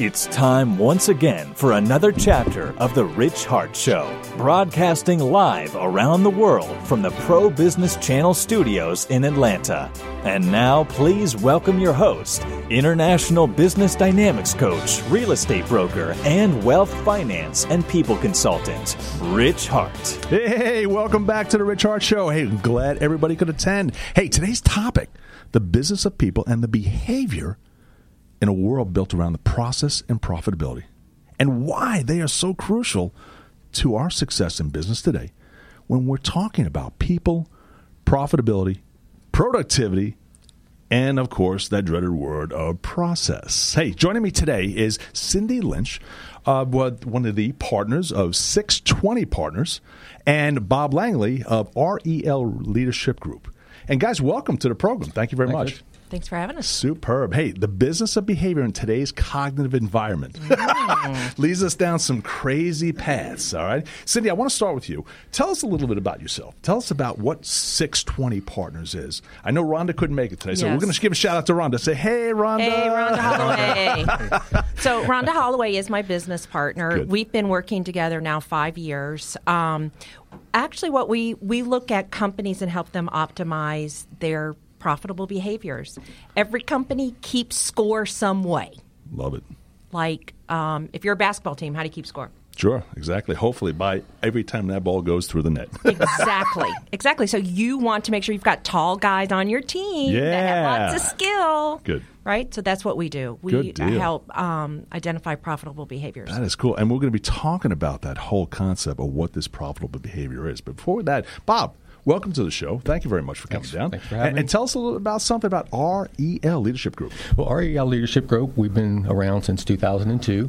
It's time once again for another chapter of The Rich Hart Show, broadcasting live around the world from the Pro Business Channel studios in Atlanta. And now, please welcome your host, international business dynamics coach, real estate broker, and wealth finance and people consultant, Rich Hart. Hey, welcome back to the Rich Hart Show. Hey, I'm glad everybody could attend. Hey, today's topic the business of people and the behavior in a world built around the process and profitability, and why they are so crucial to our success in business today when we're talking about people, profitability, productivity, and of course, that dreaded word of process. Hey, joining me today is Cindy Lynch, uh, with one of the partners of 620 Partners, and Bob Langley of REL Leadership Group. And guys, welcome to the program. Thank you very Thank much. you. Thanks for having us. Superb. Hey, the business of behavior in today's cognitive environment Mm. leads us down some crazy paths. All right. Cindy, I want to start with you. Tell us a little bit about yourself. Tell us about what 620 Partners is. I know Rhonda couldn't make it today, so we're Yes. going to give a shout out to Rhonda. Say, hey, Rhonda. Hey, Rhonda Holloway. so, Rhonda Holloway is my business partner. Good. We've been working together now five years. Um, actually, what we we look at companies and help them optimize their profitable behaviors. Every company keeps score some way. Love it. Like, um, if you're a basketball team, how do you keep score? Sure, exactly. Hopefully, by every time that ball goes through the net. Exactly. exactly. So you want to make sure you've got tall guys on your team that Yeah. have lots of skill. Good. Right? So that's what we do. We Good deal. help um, identify profitable behaviors. That is cool. And we're going to be talking about that whole concept of what this profitable behavior is. But before that, Bob, welcome to the show. Thank you very much for coming Thanks- down. thanks for having and, me. and tell us a little about something about REL Leadership Group. Well, REL Leadership Group, we've been around since 2002.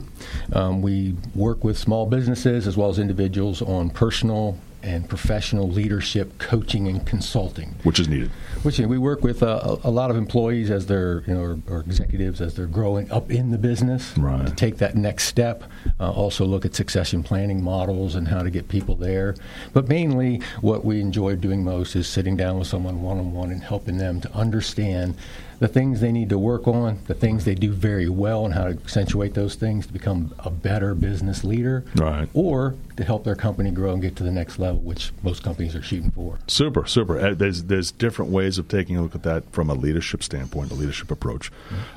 Um, we work with small businesses as well as individuals on personal and professional leadership coaching and consulting. Which is needed. Which you know, we work with uh, a, a lot of employees as they're, you know, or, or executives as they're growing up in the business Right. to take that next step. Uh, also look at succession planning models and how to get people there. But mainly, what we enjoy doing most is sitting down with someone one on one and helping them to understand the things they need to work on, the things they do very well, and how to accentuate those things to become a better business leader, Right. or to help their company grow and get to the next level, which most companies are shooting for. Super, super. Uh, There's there's different ways of taking a look at that from a leadership standpoint, a leadership approach.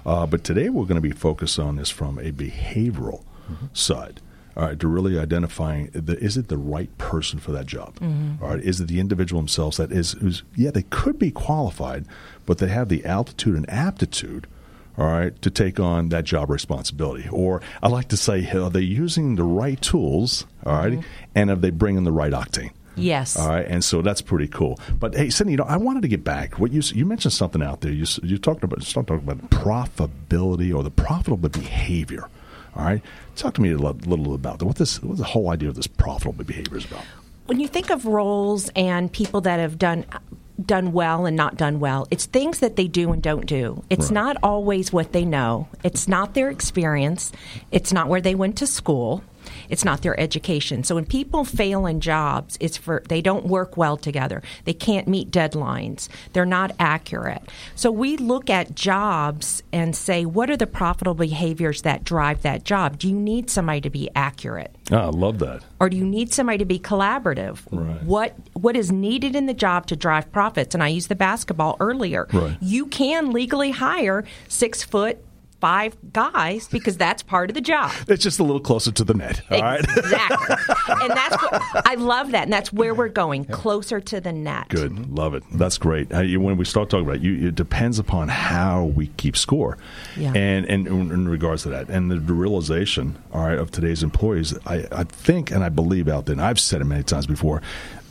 Uh, but today we're going to be focused on this from a behavioral side. All right, to really identifying the, is it the right person for that job? All right, is it the individual themselves that is who's yeah they could be qualified, but they have the altitude and aptitude. All right, to take on that job responsibility, or I like to say, are they using the right tools? All right, and are they bringing the right octane? Yes. All right, and so that's pretty cool. But hey, Cindy, you know, I wanted to get back. What you you mentioned something out there. You s- you talked about start talking about profitability or the profitable behavior. All right, talk to me a lo- little about that. What this what the whole idea of this profitable behavior is about. When you think of roles and people that have done done well and not done well, it's things that they do and don't do. It's Right. not always what they know. It's not their experience. It's not where they went to school. It's not their education. So when people fail in jobs, it's for they don't work well together. They can't meet deadlines. They're not accurate. So we look at jobs and say, what are the profitable behaviors that drive that job? Do you need somebody to be accurate? Ah, I love that. or do you need somebody to be collaborative? Right. What what is needed in the job to drive profits? And I used the basketball earlier. Right. You can legally hire six foot five guys because that's part of the job. It's just a little closer to the net. All right. Exactly. and that's what, I love that. And that's where we're going, closer to the net. Good, love it. That's great. Uh, you- when we start talking about it, you, it depends upon how we keep score, Yeah. and, and in in regards to that, and the realization, all right, of today's employees, I, I think and I believe out there, and I've said it many times before,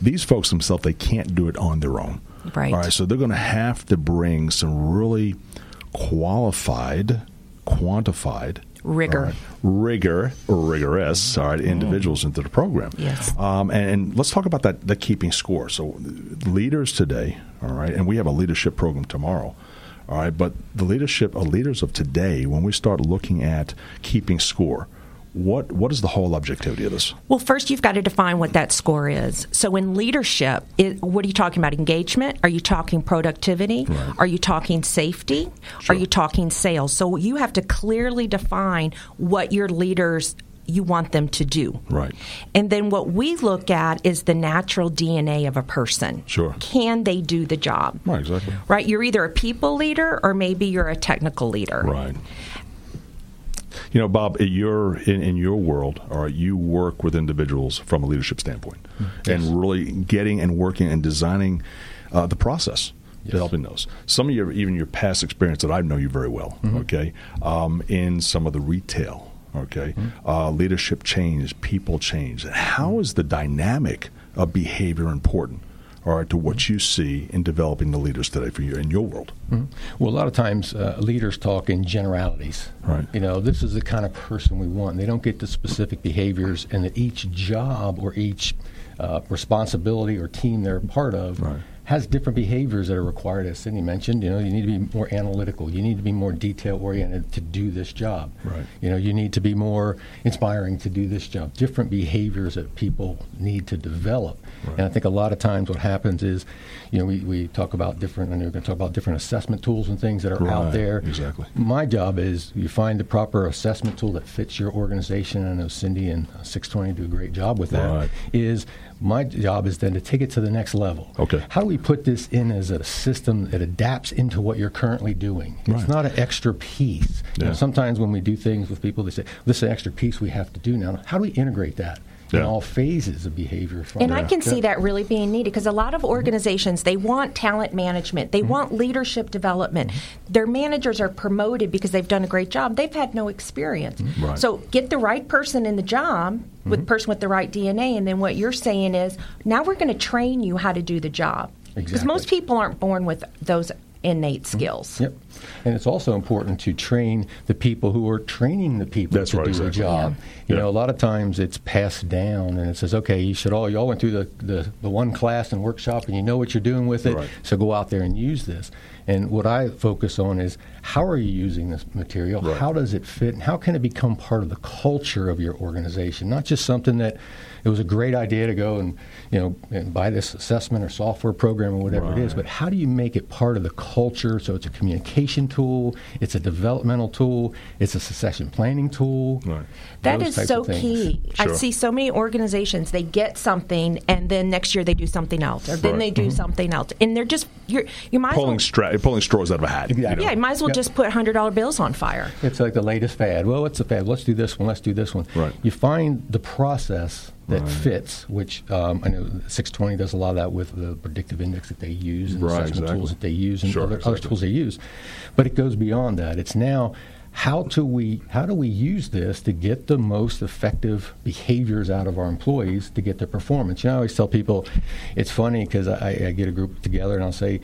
these folks themselves they can't do it on their own. Right. All right, so they're going to have to bring some really qualified, quantified Rigor. all right, rigor, or rigorous, all right, individuals into the program. Yes. Um, and, and let's talk about that, the keeping score. So, leaders today, all right, and we have a leadership program tomorrow, all uh, right, but the leadership of leaders of today, when we start looking at keeping score, What what is the whole objectivity of this? Well, first you've got to define what that score is. So in leadership, it, what are you talking about? Engagement? Are you talking productivity? Right. Are you talking safety? Sure. Are you talking sales? So you have to clearly define what your leaders you want them to do. Right. And then what we look at is the natural DNA of a person. Sure. Can they do the job? Right, exactly. Right, you're either a people leader or maybe you're a technical leader. Right. You know, Bob, in your in, in your world, all right, you work with individuals from a leadership standpoint, Mm-hmm. and really getting and working and designing uh, the process to Yes. helping those. Some of your even your past experience that I know you very well, Mm-hmm. okay, um, in some of the retail, okay, Mm-hmm. uh, leadership change, people change. How is the dynamic of behavior important? All right, to Mm-hmm. what you see in developing the leaders today for you in your world. Well, a lot of times uh, leaders talk in generalities. Right. You know, this is the kind of person we want. They don't get to specific behaviors, and that each job or each uh, responsibility or team they're a part of Right. has different behaviors that are required. As Cindy mentioned, you know, you need to be more analytical. You need to be more detail oriented to do this job. Right. You know, you need to be more inspiring to do this job. Different behaviors that people need to develop. And I think a lot of times what happens is, you know, we, we talk about different, and we're going to talk about different assessment tools and things that are Right, out there. exactly. My job is you find the proper assessment tool that fits your organization. I know Cindy and 620 do a great job with that. Right. Is my job is then to take it to the next level. Okay. How do we put this in as a system that adapts into what you're currently doing? Right. It's not an extra piece. You know, Yeah. sometimes when we do things with people, they say, "This is an extra piece we have to do now." How do we integrate that in Yeah. all phases of behavior? From And I can see that really being needed because a lot of organizations they want talent management, they want leadership development. Their managers are promoted because they've done a great job. They've had no experience. Right. So get the right person in the job with person with the right DNA, and then what you're saying is now we're going to train you how to do the job because Exactly. Mm-hmm. most people aren't born with those innate skills. Yep. And it's also important to train the people who are training the people That's to right, do exactly. a job. You Yeah. know, a lot of times it's passed down and it says, okay, you should all, you all went through the, the, the one class and workshop and you know what you're doing with it, Right. so go out there and use this. And what I focus on is how are you using this material? Right. How does it fit? And how can it become part of the culture of your organization? Not just something that it was a great idea to go and, you know, and buy this assessment or software program or whatever it is, Right. but how do you make it part of the culture so it's a communication tool, it's a developmental tool, it's a succession planning tool? Right. That those is types so of things. key. I Sure. see so many organizations they get something and then next year they do something else, or Right. then they do something else, and they're just you're, you might as well, Pulling, stra- pulling straws out of a hat. you Exactly. know. yeah, you might as well Yep. just put hundred dollar bills on fire. It's like the latest fad. Well, what's the fad? Let's do this one. Let's do this one. Right. You find the process that fits, which um, I know 620 does a lot of that with the predictive index that they use and Right, assessment exactly. tools that they use and Sure, other, exactly. other tools they use. But it goes beyond that. It's now how do we how do we use this to get the most effective behaviors out of our employees to get their performance? You know, I always tell people, it's funny because I, I get a group together and I'll say,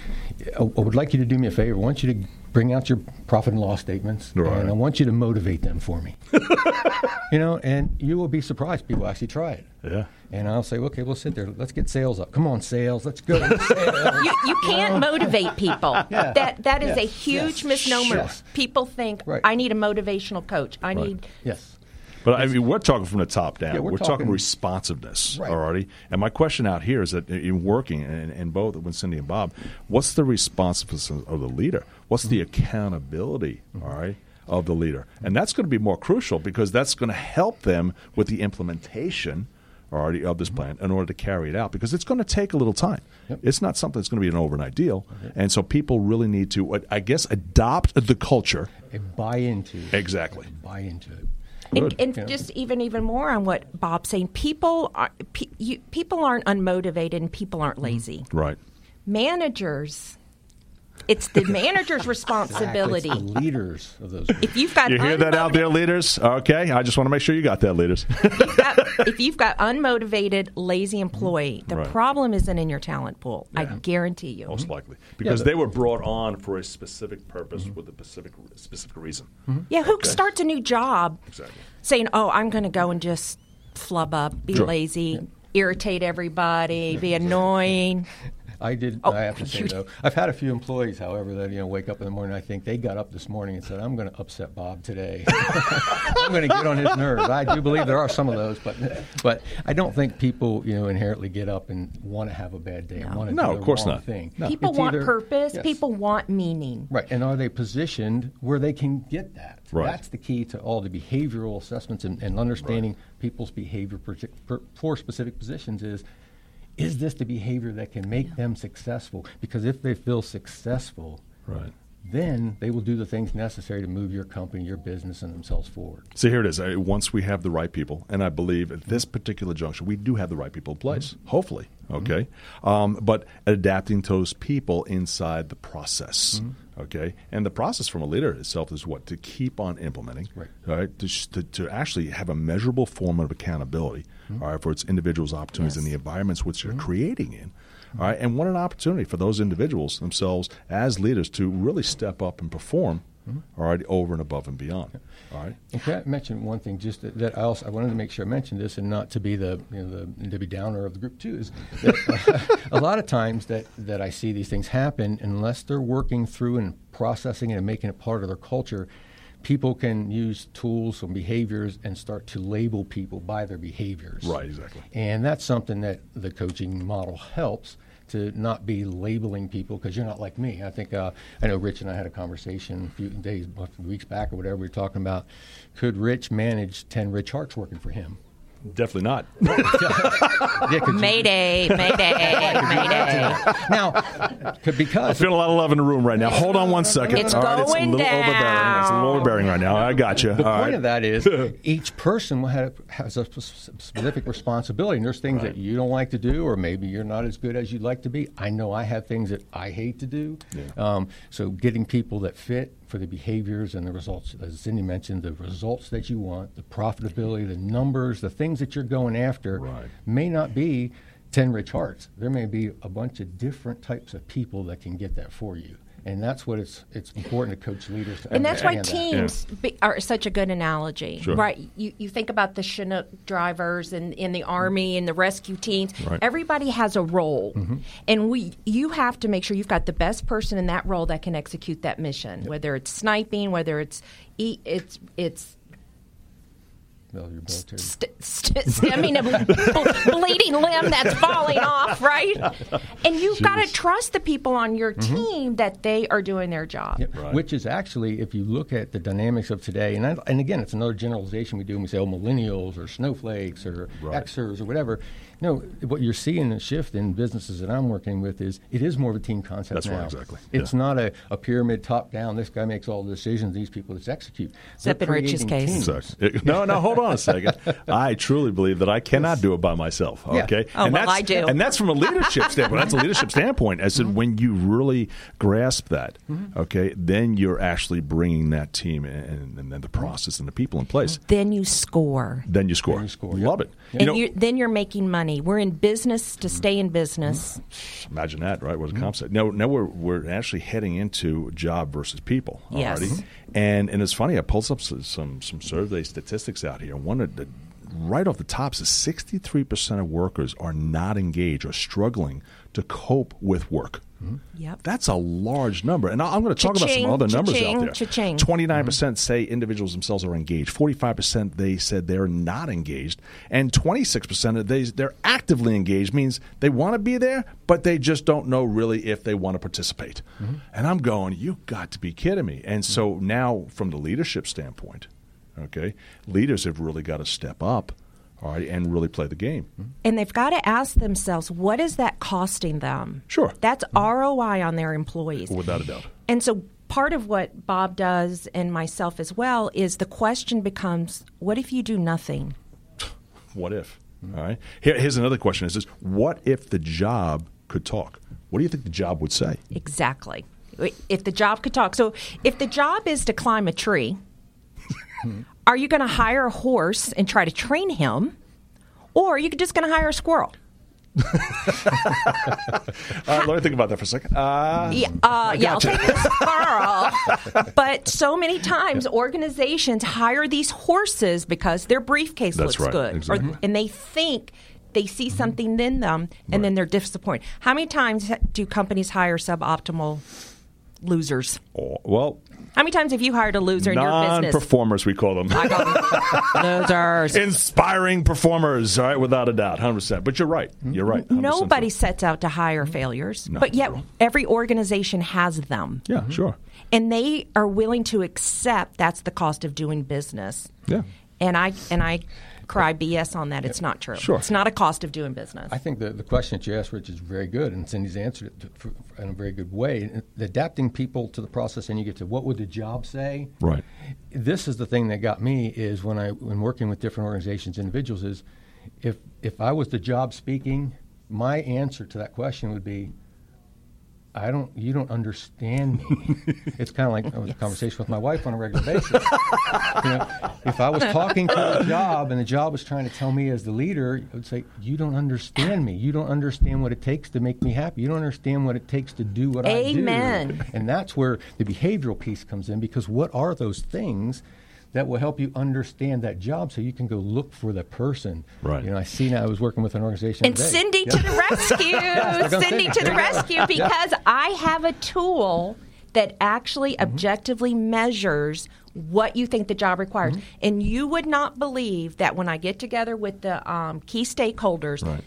I, I would like you to do me a favor. I want you to bring out your profit and loss statements, Right. and I want you to motivate them for me. you know, and you will be surprised. People actually try it. Yeah. And I'll say, okay, we'll sit there. Let's get sales up. Come on, sales. Let's go. Sales. You, you can't motivate people. That that is a Yes. huge Yes. misnomer. Yes. People think Right. I need a motivational coach. I Right. need yes. But I mean, we're talking from the top down. Yeah, we're we're talking, talking- responsiveness Right. already. And my question out here is that in working, and, and both with Cindy and Bob, what's the responsiveness of the leader? What's the accountability, Mm-hmm. all right, of the leader? And that's going to be more crucial because that's going to help them with the implementation. Already of this plan in order to carry it out because it's going to take a little time. Mm-hmm. Yep. It's not something that's going to be an overnight deal, and so people really need to, uh, I guess, adopt the culture. And buy into it. Exactly. Buy into it. Good. and, and just even even more on what Bob's saying. People are pe- you, people aren't unmotivated and people aren't lazy. Right. Managers, it's the manager's responsibility. It's the leaders of those. groups. If you've got You hear that out unmotivated- there, leaders? Okay, I just want to make sure you got that, leaders. got- if you've got unmotivated, lazy employee, the Right. problem isn't in your talent pool. I guarantee you. Most likely, because but- they were brought on for a specific purpose with a specific specific reason. Yeah, who starts a new job Exactly. saying, "Oh, I'm going to go and just flub up, be Sure. lazy, irritate everybody, be annoying." I did. Oh, I have to say you- though, I've had a few employees, however, that you know wake up in the morning. I think they got up this morning and said, "I'm going to upset Bob today. I'm going to get on his nerves." I do believe there are some of those, but but I don't think people you know inherently get up and want to have a bad day. and want to No, do of the course wrong not. Thing. People It's want either- purpose. Yes. People want meaning. Right, and are they positioned where they can get that? Right. That's the key to all the behavioral assessments and, and understanding people's behavior partic- per, for specific positions is, is this the behavior that can make them successful? Because if they feel successful, Right. then they will do the things necessary to move your company, your business, and themselves forward. So here it is. I, once we have the right people, and I believe at this particular juncture, we do have the right people in place, hopefully. Okay. Um, but adapting to those people inside the process. Okay. And the process from a leader itself is what? To keep on implementing. Right. All right. To, sh- to, to actually have a measurable form of accountability, all right, for its individuals' opportunities in the environments which they're creating in. All right. And what an opportunity for those individuals themselves as leaders to really step up and perform. All right, over and above and beyond. All right. And can I mention one thing? Just that, that I also I wanted to make sure I mentioned this, and not to be the you know the Debbie Downer of the group too. Is that, uh, a lot of times that that I see these things happen unless they're working through and processing it and making it part of their culture. People can use tools and behaviors and start to label people by their behaviors. Right, exactly. And that's something that the coaching model helps to not be labeling people because you're not like me. I think uh, I know Rich and I had a conversation a few days, a few weeks back or whatever. We were talking about could Rich manage ten Rich Harts working for him? Definitely not. Yeah, could you- Mayday, mayday, mayday. now, could, I'm because feeling a lot of love in the room right now. Hold on one second. It's All right, it's a going little overbearing. It's a little down. overbearing right now. I got you. The point of that is each person will have, has a sp- specific responsibility, and there's things that you don't like to do, or maybe you're not as good as you'd like to be. I know I have things that I hate to do. Um, so getting people that fit for the behaviors and the results, as Cindy mentioned, the results that you want, the profitability, the numbers, the things that you're going after Right. may not be 10 rich hearts. There may be a bunch of different types of people that can get that for you. And that's what it's, it's important to coach leaders to And that's why understand that. teams be, are such a good analogy, Sure. right? You, you think about the Chinook drivers and in the army and the rescue teams. Mm-hmm. Right. Mm-hmm. Everybody has a role, and we you have to make sure you've got the best person in that role that can execute that mission. Whether it's sniping, whether it's e- it's it's Well, your military. st- st- st- I mean, a bl- bleeding limb that's falling off, right? And you've got to trust the people on your Mm-hmm. team that they are doing their job. Yeah, Which is actually, if you look at the dynamics of today, and I, and again, it's another generalization we do, and we say, oh, millennials or snowflakes or Xers or whatever. No, what you're seeing a shift in businesses that I'm working with is it is more of a team concept That's now. right, exactly. It's not a, a pyramid top down. This guy makes all the decisions. These people just execute. Except They're in Rich's creating case. teams. Exactly. No, no, hold on a second. I truly believe that I cannot do it by myself. Yeah. Okay. Oh, well, that's, I do. Mm-hmm. And that's from a leadership standpoint. That's a leadership standpoint. I said, when you really grasp that, Mm-hmm. okay, then you're actually bringing that team and, and then the process and the people in place. Then you score. Then you score. Mm-hmm. you score, Love it. and You know, you're, then you're making money. We're in business to stay in business. Imagine that, right? What a concept. Now, now we're, we're actually heading into job versus people Yes. already. Mhm. And, and it's funny, I pulled up s- some, some survey statistics out here. One of the, right off the top is 63% of workers are not engaged or struggling to cope with work. Yep. That's a large number. And I- I'm going to talk about Cha-ching, some other numbers out there. cha-ching, cha-ching. 29% percent say individuals themselves are engaged. 45% they said they're not engaged. And 26% of they, they're actively engaged means they want to be there, but they just don't know really if they want to participate. Mm-hmm. And I'm going, you got to be kidding me. And so now, from the leadership standpoint, okay, leaders have really got to step up. All right, and really play the game. and they've got to ask themselves, what is that costing them? Sure. That's ROI on their employees. Without a doubt. And so part of what Bob does and myself as well is the question becomes, what if you do nothing? What if? All right. Here, here's another question: Is this what if the job could talk? What do you think the job would say? Exactly. If the job could talk. So if the job is to climb a tree, are you going to hire a horse and try to train him? Or are you just going to hire a squirrel? All right, let me think about that for a second. Uh, Yeah, uh, yeah, I'll take this girl. but so many times, organizations hire these horses because their briefcase That's looks right, good, exactly. Mm-hmm. and they think They see something in them and then they're disappointed. How many times do companies hire suboptimal losers? Oh, well, How many times have you hired a loser in your non business? performers, we call them. I call them losers. Inspiring performers, all right, without a doubt, 100%. But you're right. You're right. 100%. Mm-hmm. Nobody sets out to hire failures, No. but yet every organization has them. Yeah, sure. and they are willing to accept that's the cost of doing business. Yeah. And I and I cry BS on that. It's not true. Sure. It's not a cost of doing business. I think the, the question that you asked, Rich, is very good, and Cindy's answered it to, for, in a very good way. Adapting people to the process, and you get to what would the job say? Right. This is the thing that got me is when I when working with different organizations, individuals is if if I was the job speaking, my answer to that question would be. I don't. You don't understand me. it's kind of like I was a conversation with my wife on a regular basis. You know, if I was talking to a job and the job was trying to tell me as the leader, I would say, "You don't understand me. You don't understand what it takes to make me happy. You don't understand what it takes to do what I do." Amen. And that's where the behavioral piece comes in because what are those things that will help you understand that job so you can go look for the person? Right. You know, I see now. I was working with an organization. and today. Cindy to the rescue. gonna Cindy say to that. the rescue because I have a tool that actually Mm-hmm. objectively measures what you think the job requires. Mm-hmm. And you would not believe that when I get together with the um, key stakeholders, Right.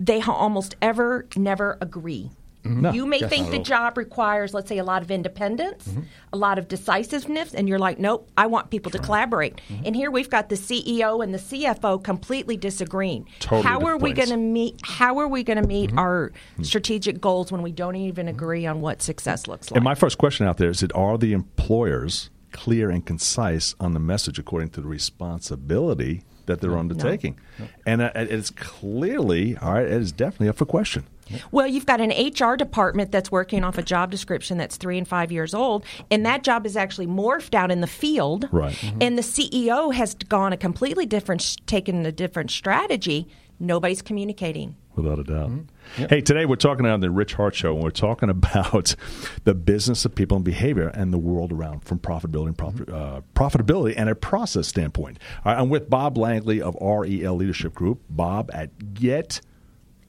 they ha- almost ever never agree. Mm-hmm. you may think the job requires, let's say, a lot of independence, Mm-hmm. a lot of decisiveness, and you're like, nope, I want people to collaborate. Mm-hmm. And here we've got the CEO and the CFO completely disagreeing. Totally how are different we points. going to meet? How are we going to Mm-hmm. meet our strategic goals when we don't even agree on what success looks like? And my first question out there is that are the employers clear and concise on the message according to the responsibility that they're undertaking? And uh, it- it's clearly, all right, it is definitely up for question. Well, you've got an HR department that's working off a job description that's three and five years old, and that job is actually morphed out in the field. Right. Mhm. And the CEO has gone a completely different, taken a different strategy. Nobody's communicating. Without a doubt. Hey, today we're talking on the Rich Hart Show, and we're talking about the business of people and behavior and the world around from profitability and prof- uh, profitability and a process standpoint. All right, I'm with Bob Langley of REL Leadership Group. Bob at get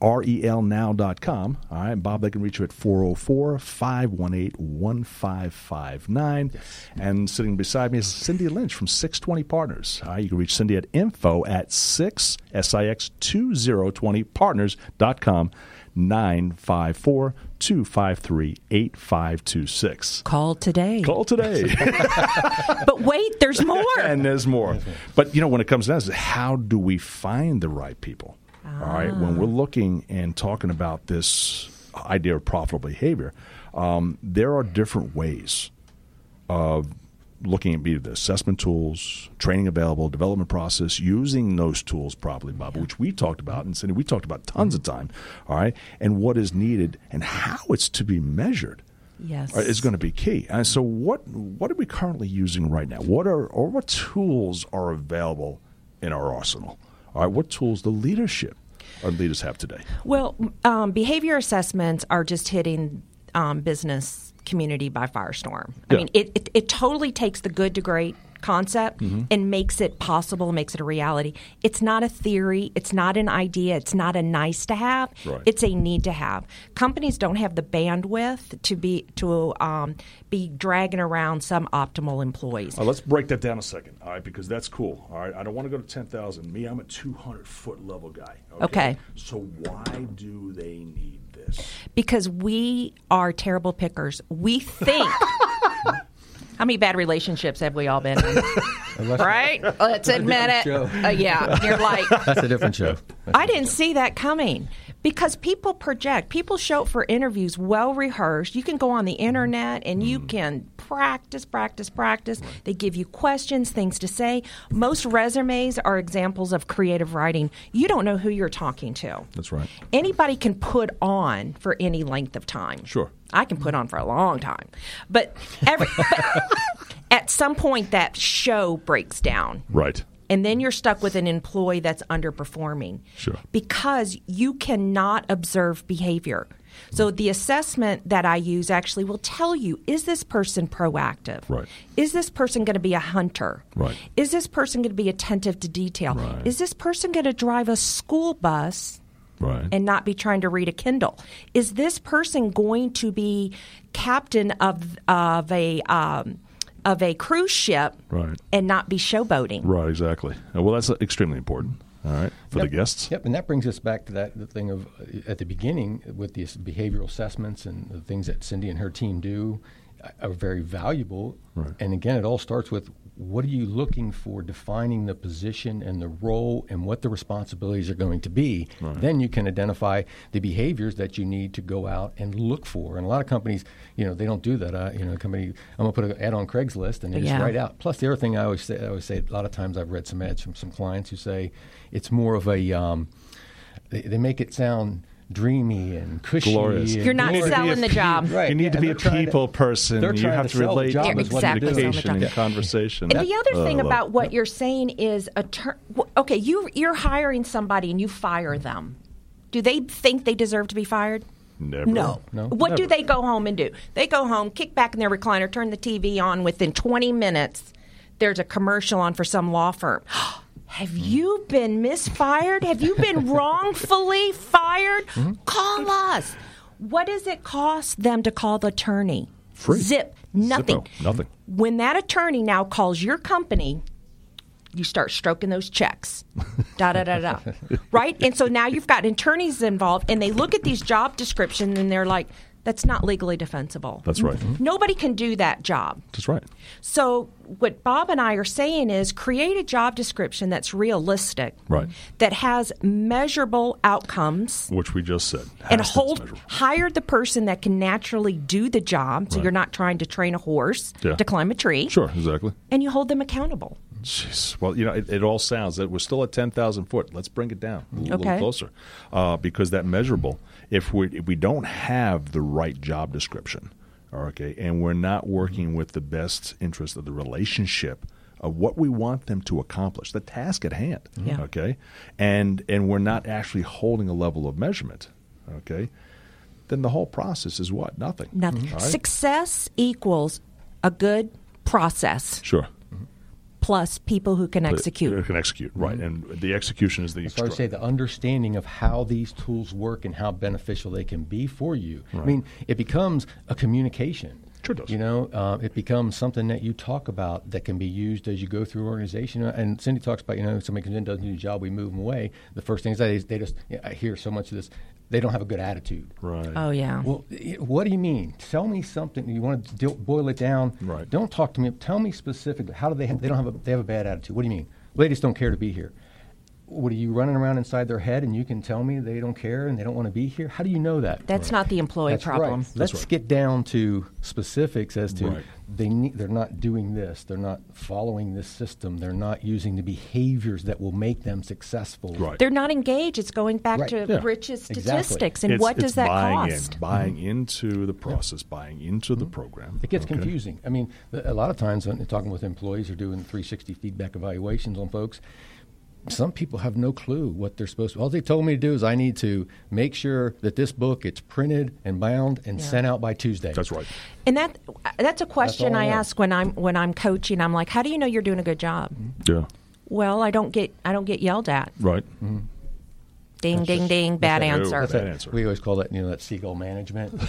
E relnow.com. All right, Bob, they can reach you at 404 518 1559. And sitting beside me is Cindy Lynch from 620 Partners. All right, you can reach Cindy at info at 6 SIX 2020 partners.com 954 253 8526. Call today. Call today. But wait, there's more. and there's more. But you know, when it comes down to this, how do we find the right people? All right, when we're looking and talking about this idea of profitable behavior, um, there are different ways of looking at either the assessment tools, training available, development process, using those tools properly, Bob, which we talked about and Cindy, we talked about tons of time. All right, and what is needed and how it's to be measured yes. are- uh, is going to be key. And so, what what are we currently using right now? What are or what tools are available in our arsenal? All right, what tools the leadership our leaders have today? Well, um, behavior assessments are just hitting um, business community by firestorm. I Yeah. Mm-hmm. mean, it, it, it totally takes the good to great concept and makes it possible, makes it a reality. It's not a theory, it's not an idea, it's not a nice to have. Right. It's a need to have. Companies don't have the bandwidth to be to um, be dragging around some optimal employees. Uh, let's break that down a second, all right? Because that's cool, all right? I don't want to go to 10,000. Me, I'm a 200 foot level guy. Okay. So, why do they need this? because we are terrible pickers. We think. How many bad relationships have we all been in? Unless- right? Let's admit it. show. Uh, yeah, you're like, That's a different show. I didn't see that coming because people project. People show up for interviews well rehearsed. You can go on the Mm-hmm. internet and you can practice, practice, practice. They give you questions, things to say. Most resumes are examples of creative writing. You don't know who you're talking to. That's right. Anybody can put on for any length of time. Sure. Mm-hmm. I can put on for a long time. But every but at some point that show breaks down. Right. And then you're stuck with an employee that's underperforming. Sure. Because you cannot observe behavior. So the assessment that I use actually will tell you is this person proactive? Right. Is this person going to be a hunter? Right. Is this person going to be attentive to detail? Right. Is this person going to drive a school bus? Right. and not be trying to read a Kindle? Is this person going to be captain of of a um, of a cruise ship Right. and not be showboating? right. Exactly. Uh, Well, that's uh, extremely important. All right. For Yep. the guests. Yep, and that brings us back to that the thing of uh, at the beginning with these behavioral assessments and the things that Cindy and her team do uh, are very valuable. Right. And again, it all starts with what are you looking for, defining the position and the role and what the responsibilities are going to be. Then you can identify the behaviors that you need to go out and look for. And a lot of companies, you know, they don't do that. Uh, you know, a company, I'm gonna put an ad on Craigslist and they just Yeah. write out out. Plus, the other thing I always say, I always say, a lot of times I've read some ads from some clients who say it's more of a, um, they, they make it sound dreamy and cushy. Glorious. and- You're not You need to be a selling the pe- job. Right, You need yeah, to be a they're trying to- people person. they're You trying have to to sell the relate job to is the what they're doing. communication and Yeah. conversation. And the Oh, other thing I love about it. what you're saying is a ter- w- okay, you you're hiring somebody and you fire them. Do they think they deserve to be fired? Never. No. No? What do Never. they go home and do? They go home, kick back in their recliner, turn the TV on. Within 20 minutes, there's a commercial on for some law firm. Have Mm. you been misfired? Have you been wrongfully fired? Mm-hmm. Call us. What does it cost them to call the attorney? Free. Zip. Nothing. Zippo, nothing. When that attorney now calls your company, you start stroking those checks. Da da da da. right? And so now you've got attorneys involved and they look at these job descriptions and they're like, that's not legally defensible. That's right. Mm-hmm. Nobody can do that job. That's right. So what Bob and I are saying is create a job description that's realistic. Right. That has measurable outcomes Which we just said. and Has to hold measure. hire the person that can naturally do the job so Right. you're not trying to train a horse Yeah. to climb a tree. Sure. Exactly. And you hold them accountable. Jeez. Well, you know, it, it all sounds that we're still at ten thousand foot. Let's bring it down a little, little Okay. closer, uh, because that measurable. If we if we don't have the right job description, okay, and we're not working with the best interest of the relationship of what we want them to accomplish, the task at hand, Yeah. okay, and and we're not actually holding a level of measurement, okay, then the whole process is what nothing. Nothing. All Mm-hmm. right? Success equals a good process Sure. plus people who can You execute. can execute right, and the execution is the. So I would extra- say the understanding of how these tools work and how beneficial they can be for you. I mean, it becomes a communication. Sure does. You know, uh, it becomes something that you talk about that can be used as you go through an organization. Uh, And Cindy talks about, you know, somebody comes in, doesn't do the job, we move them away. The first thing is that is they just, yeah, I hear so much of this, they don't have a good attitude. right. Oh, yeah. Well, i- what do you mean? Tell me something. You want to do, boil it down? Right. Don't talk to me. Tell me specifically. How do they? Have, they don't have. A, they have a bad attitude. What do you mean? Ladies don't care to be here. What are you running around inside their head? And you can tell me they don't care and they don't want to be here. How do you know that? That's not the employee That's problem. Right. Let's get down to specifics as to Right. they need, they're not doing this, they're not following this system, they're not using the behaviors that will make them successful. Right. They're not engaged. It's going back Right. to Yeah. Rich's Exactly. statistics and It's- what it's does that buying cost? Mm-hmm. In, buying into the process, buying into the program. It gets Okay. confusing. I mean, th- a lot of times when talking with employees or doing 360 feedback evaluations on folks, some people have no clue what they're supposed to. All they told me to do is I need to make sure that this book it's printed and bound and Yeah. sent out by Tuesday. That's right. And that that's a question all I I know. ask when I'm when I'm coaching. I'm like, "How do you know you're doing a good job?" Mm-hmm. Yeah. Well, I don't get I don't get yelled at. Right. Ding ding ding, bad Ooh, answer. Bad answer. We always call that you know that seagull management.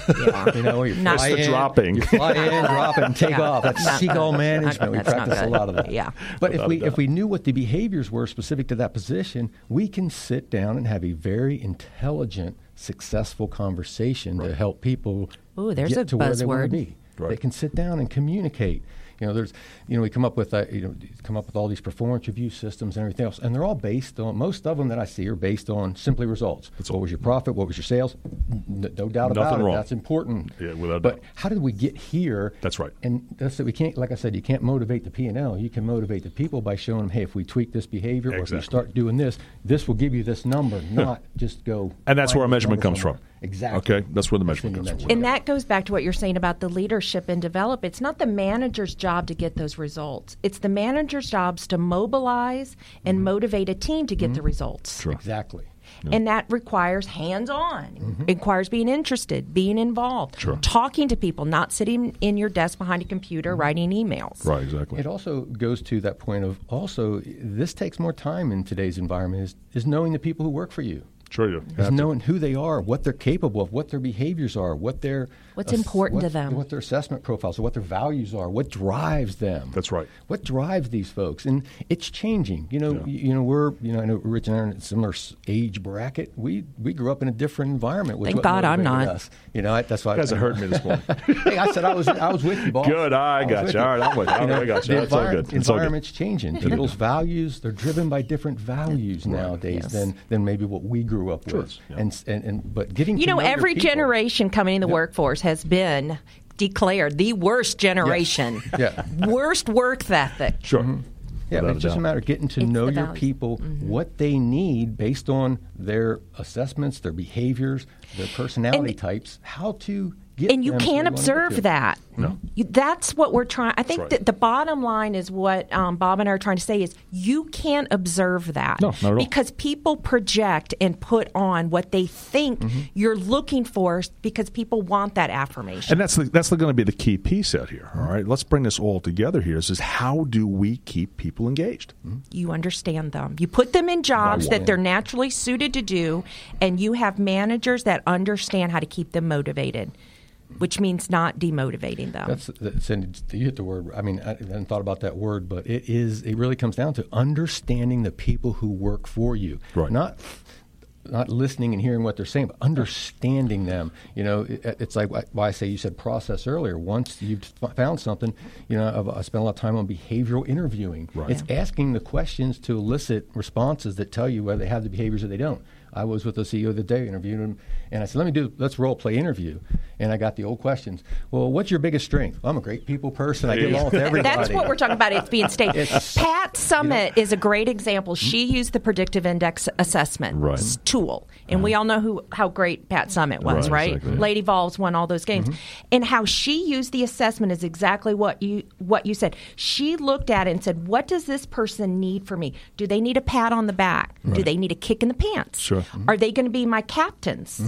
You know, where you Not- fly It's the in, dropping. you fly in, drop and take Yeah. off. That's Not- seagull not- management. We that's not practice a good. lot of that. Yeah. But Without if a we doubt. if we knew what the behaviors were specific to that position, we can sit down and have a very intelligent, successful conversation to help people Ooh, there's get a to where they want buzzword. to be. They Right. can sit down and communicate. You know, there's, you know, we come up with, uh, you know, come up with all these performance review systems and everything else, and they're all based on. Most of them that I see are based on simply results. what was your profit? What was your sales? N- No doubt Nothing about wrong. it. That's important. Yeah, without But doubt. how did we get here? That's right. And that's that we can't. Like I said, you can't motivate the P and L. You can motivate the people by showing them, hey, if we tweak this behavior or if Exactly. you start doing this, this will give you this number. Not just go. and that's find where our this measurement number comes somewhere. from. Exactly. Okay. That's where the measurement what comes you from. And mentioned. that goes back to what you're saying about the leadership and develop. It's not the manager's job to get those results. It's the manager's jobs to mobilize and motivate a team to get the results. Sure. Exactly. And that requires hands on, requires being interested, being involved, Sure. talking to people, not sitting in your desk behind a computer writing emails. Right, exactly. It also goes to that point of also this takes more time in today's environment is, is knowing the people who work for you. Sure, you Is have to. knowing who they are, what they're capable of, what their behaviors are, what their What's important to what- them. what their assessment profiles, are, what their values are, what drives them. That's right. What drives these folks, and it's changing. You know, Yeah. y- you know, we're you know, I know Rich and I are in a similar s- age bracket. We we grew up in a different environment. Which Thank what God I'm motivated not. Us. You know, I, that's why You guys I, have hurt me this morning. Hey, I said I was I was with you, boss. Good, I was got with you. All right, I'm with you. All right, Oh, I got you. The It's all envir- good. It's all good. Environment's changing. People's values they're driven by different values nowadays Yes. than than maybe what we grew up with. Yeah. And, s- and and but getting You to know, your every people- generation coming in the workforce has been declared the worst generation. Yeah. worst work ethic. Sure. Without Yeah, but a it's just doubt. a matter of getting to It's know the your values. Mm-hmm. people, what they need based on their assessments, their behaviors, their personality types, how to get and you them to can't where wanna get to. observe that. No, you, that's what we're trying. I think right. that the bottom line is what um, Bob and I are trying to say is you can't observe that. No, not at all. because people project and put on what they think you're looking for because people want that affirmation. And that's the, that's going to be the key piece out here. All right, let's bring this all together here. This is how do we keep people engaged? you understand them. You put them in jobs that they're naturally suited to do, and you have managers that understand how to keep them motivated, which means not demotivating them. That's, that's and you hit the word. I mean, I hadn't thought about that word, but it is. It really comes down to understanding the people who work for you, Right. Not not listening and hearing what they're saying, but understanding them. You know, it, it's like why- why I say you said process earlier. Once you've f- found something, you know, I've, I spent a lot of time on behavioral interviewing. Right. It's asking the questions to elicit responses that tell you whether they have the behaviors or they don't. I was with the CEO the other day, interviewed him, and I said, "Let me do let's role play interview." And I got the old questions. Well, what's your biggest strength? I'm a great people person. I get along with everybody. That's what we're talking about. It's being staged. It's- Pat Summit is a great example. She used the predictive index assessment Mm-hmm. Right. s- tool, and we all know who how great Pat Summit was, Right, right? exactly. Mm-hmm. Lady Vols won all those games, and how she used the assessment is exactly what you what you said. She looked at it and said, "What does this person need for me? Do they need a pat on the back? Do they need a kick in the pants? Sure. Mm-hmm. Are they going to be my captains?"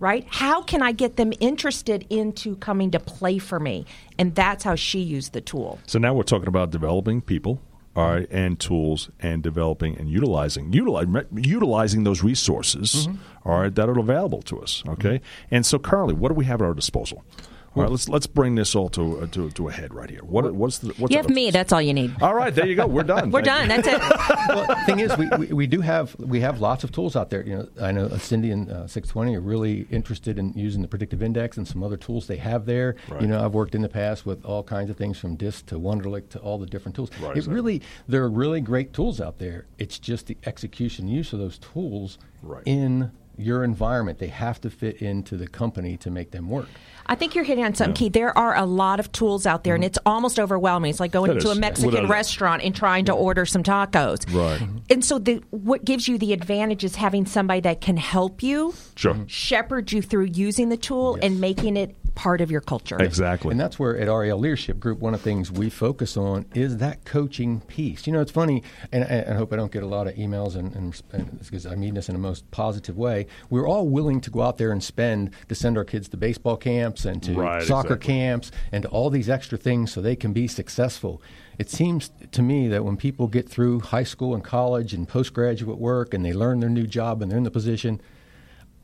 Right? How can I get them interested into coming to play for me? And that's how she used the tool. So now we're talking about developing people, all right, and tools, and developing and utilizing utilize, utilizing those resources, all right, that are available to us. Okay, and so currently, what do we have at our disposal? All right, let's let's bring this all to uh, to, to a head right here. What what's the what's You at have our- me. That's all you need. All right, there you go. We're done. We're Thank you. done. That's it. well, the thing is, we, we, we do have we have lots of tools out there. You know, I know uh, Cindy and uh, 620 are really interested in using the predictive index and some other tools they have there. Right. You know, I've worked in the past with all kinds of things from DISC to Wonderlic to all the different tools. Right, it exactly. really, there are really great tools out there. It's just the execution use of those tools Right. in your environment. They have to fit into the company to make them work. I think you're hitting on something key. There are a lot of tools out there, and it's almost overwhelming. It's like going It into Mm-hmm. is. Without a a Mexican doubt. restaurant and trying to order some tacos. Right. Mhm. And so, the, what gives you the advantage is having somebody that can help you, Mm-hmm. Sure. shepherd you through using the tool and making it part of your culture. Exactly. And that's where at REL Leadership Group, one of the things we focus on is that coaching piece. You know, it's funny, and, and I hope I don't get a lot of emails, and, and, and because I mean this in the most positive way. We're all willing to go out there and spend to send our kids to baseball camps and to Right, soccer exactly. camps and to all these extra things so they can be successful. It seems to me that when people get through high school and college and postgraduate work and they learn their new job and they're in the position,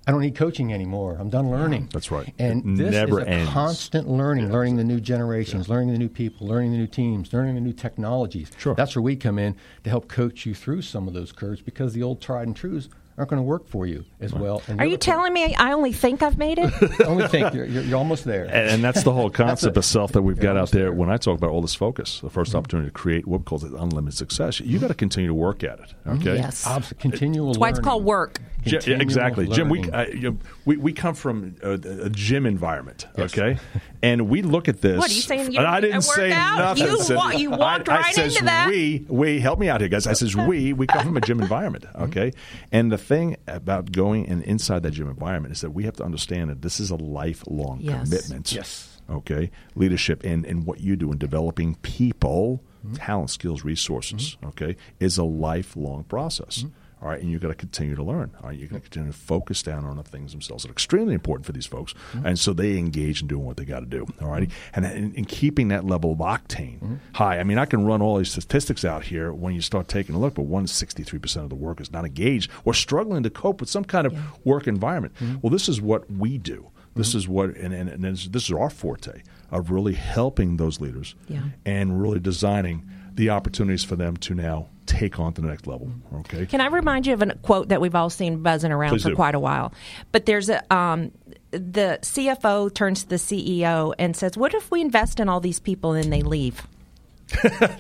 I don't need coaching anymore. I'm done learning. That's right. And It this never is a ends. constant learning, learning the new generations, learning the new people, learning the new teams, learning the new technologies. Sure. That's where we come in to help coach you through some of those curves because the old tried and trues aren't going to work for you as well. And Are you're you the- telling me I only think I've made it? I only think you're, you're, you're almost there. and, and that's the whole concept of self that we've got out almost there. there. When I talk about all this focus, the 1st opportunity to create what calls it unlimited success, you got to continue to work at it. Okay. Yes. Obs- continual That's why it's called learning. work. Jim, yeah, Continual exactly, Jim. We, learning. I, you, we we come from a, a gym environment, Yes. okay, and we look at this. What, are you saying you and I don't didn't work say out? nothing. You Cindy. wa- you walked I, I right says, into that. We we help me out here, guys. I says we we come from a gym environment, Mm-hmm. okay, and the thing about going and inside that gym environment is that we have to understand that this is a lifelong Yes. commitment. Yes. Okay, leadership and and what you do in developing people, talent, skills, resources. Okay, is a lifelong process. All right, and you're going to continue to learn. All right, you're going to continue to focus down on the things themselves that are extremely important for these folks, and so they engage in doing what they got to do. All righty, and, and and keeping that level of octane high. I mean, I can run all these statistics out here when you start taking a look, but one sixty three percent of the workers not engaged or struggling to cope with some kind of work environment. Well, this is what we do. This is what, and, and, and this, this is our forte of really helping those leaders Yeah. and really designing the opportunities for them to now take on to the next level. Okay. Can I remind you of a quote that we've all seen buzzing around Please for do. quite a while? But there's a um, the CFO turns to the CEO and says, "What if we invest in all these people and then they leave?"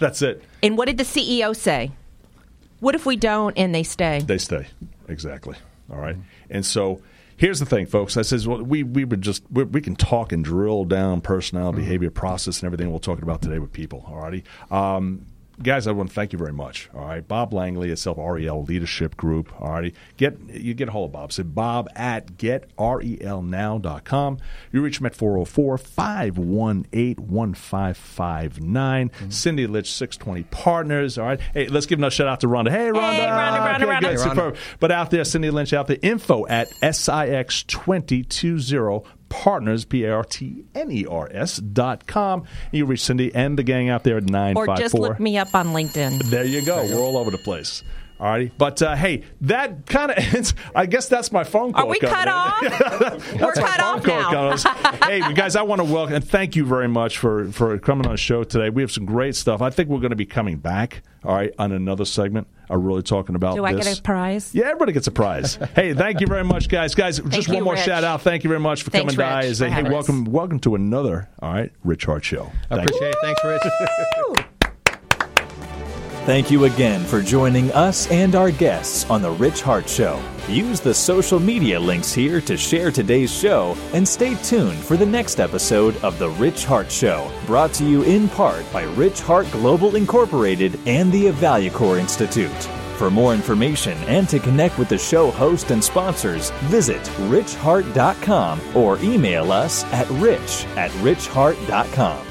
That's it. And what did the CEO say? What if we don't and they stay? They stay. Exactly. All right. And so here's the thing, folks. I says, well, we, we would just, we, we can talk and drill down personnel, behavior, process, and everything we're talking about today with people. All righty. Um, Guys, I want to thank you very much. All right, Bob Langley at Self REL Leadership Group. All righty, get you get a hold of Bob. Say Bob at E getrelnow.com. You reach him at 404 518 1559. Cindy Litch, 620 Partners. All right, hey, let's give another shout out to Rhonda. Hey, Rhonda. Rhonda, Rhonda, Okay, Rhonda. good. Hey, Superb. Rhonda. But out there, Cindy Lynch out there, info at SIX220 partners, P-A-R-T-N-E-R-S E dot com. And you reach Cindy and the gang out there at 954. or just look me up on LinkedIn. There you go. We're all over the place. All righty. But uh, hey, that kind of ends. I guess that's my phone call. Are we coming cut in. off? We're That's cut my off phone now. call, Carlos. hey, you guys, I want to welcome and thank you very much for for coming on the show today. We have some great stuff. I think we're going to be coming back. All right, on another segment. I'm really talking about. Do I get this. a prize? Yeah, everybody gets a prize. hey, thank you very much, guys. Guys, just you, one more Rich. shout out. Thank you very much for Thanks, coming by. Rich, Is that- for hey, having us. welcome, welcome to another. All right, Rich Hart show. I Thank you. appreciate it. Thanks, Rich. Thank you again for joining us and our guests on The Rich Hart Show. Use the social media links here to share today's show and stay tuned for the next episode of The Rich Hart Show, brought to you in part by Rich Hart Global Incorporated and the Evalucor Institute. For more information and to connect with the show host and sponsors, visit richhart.com or email us at rich at richhart.com.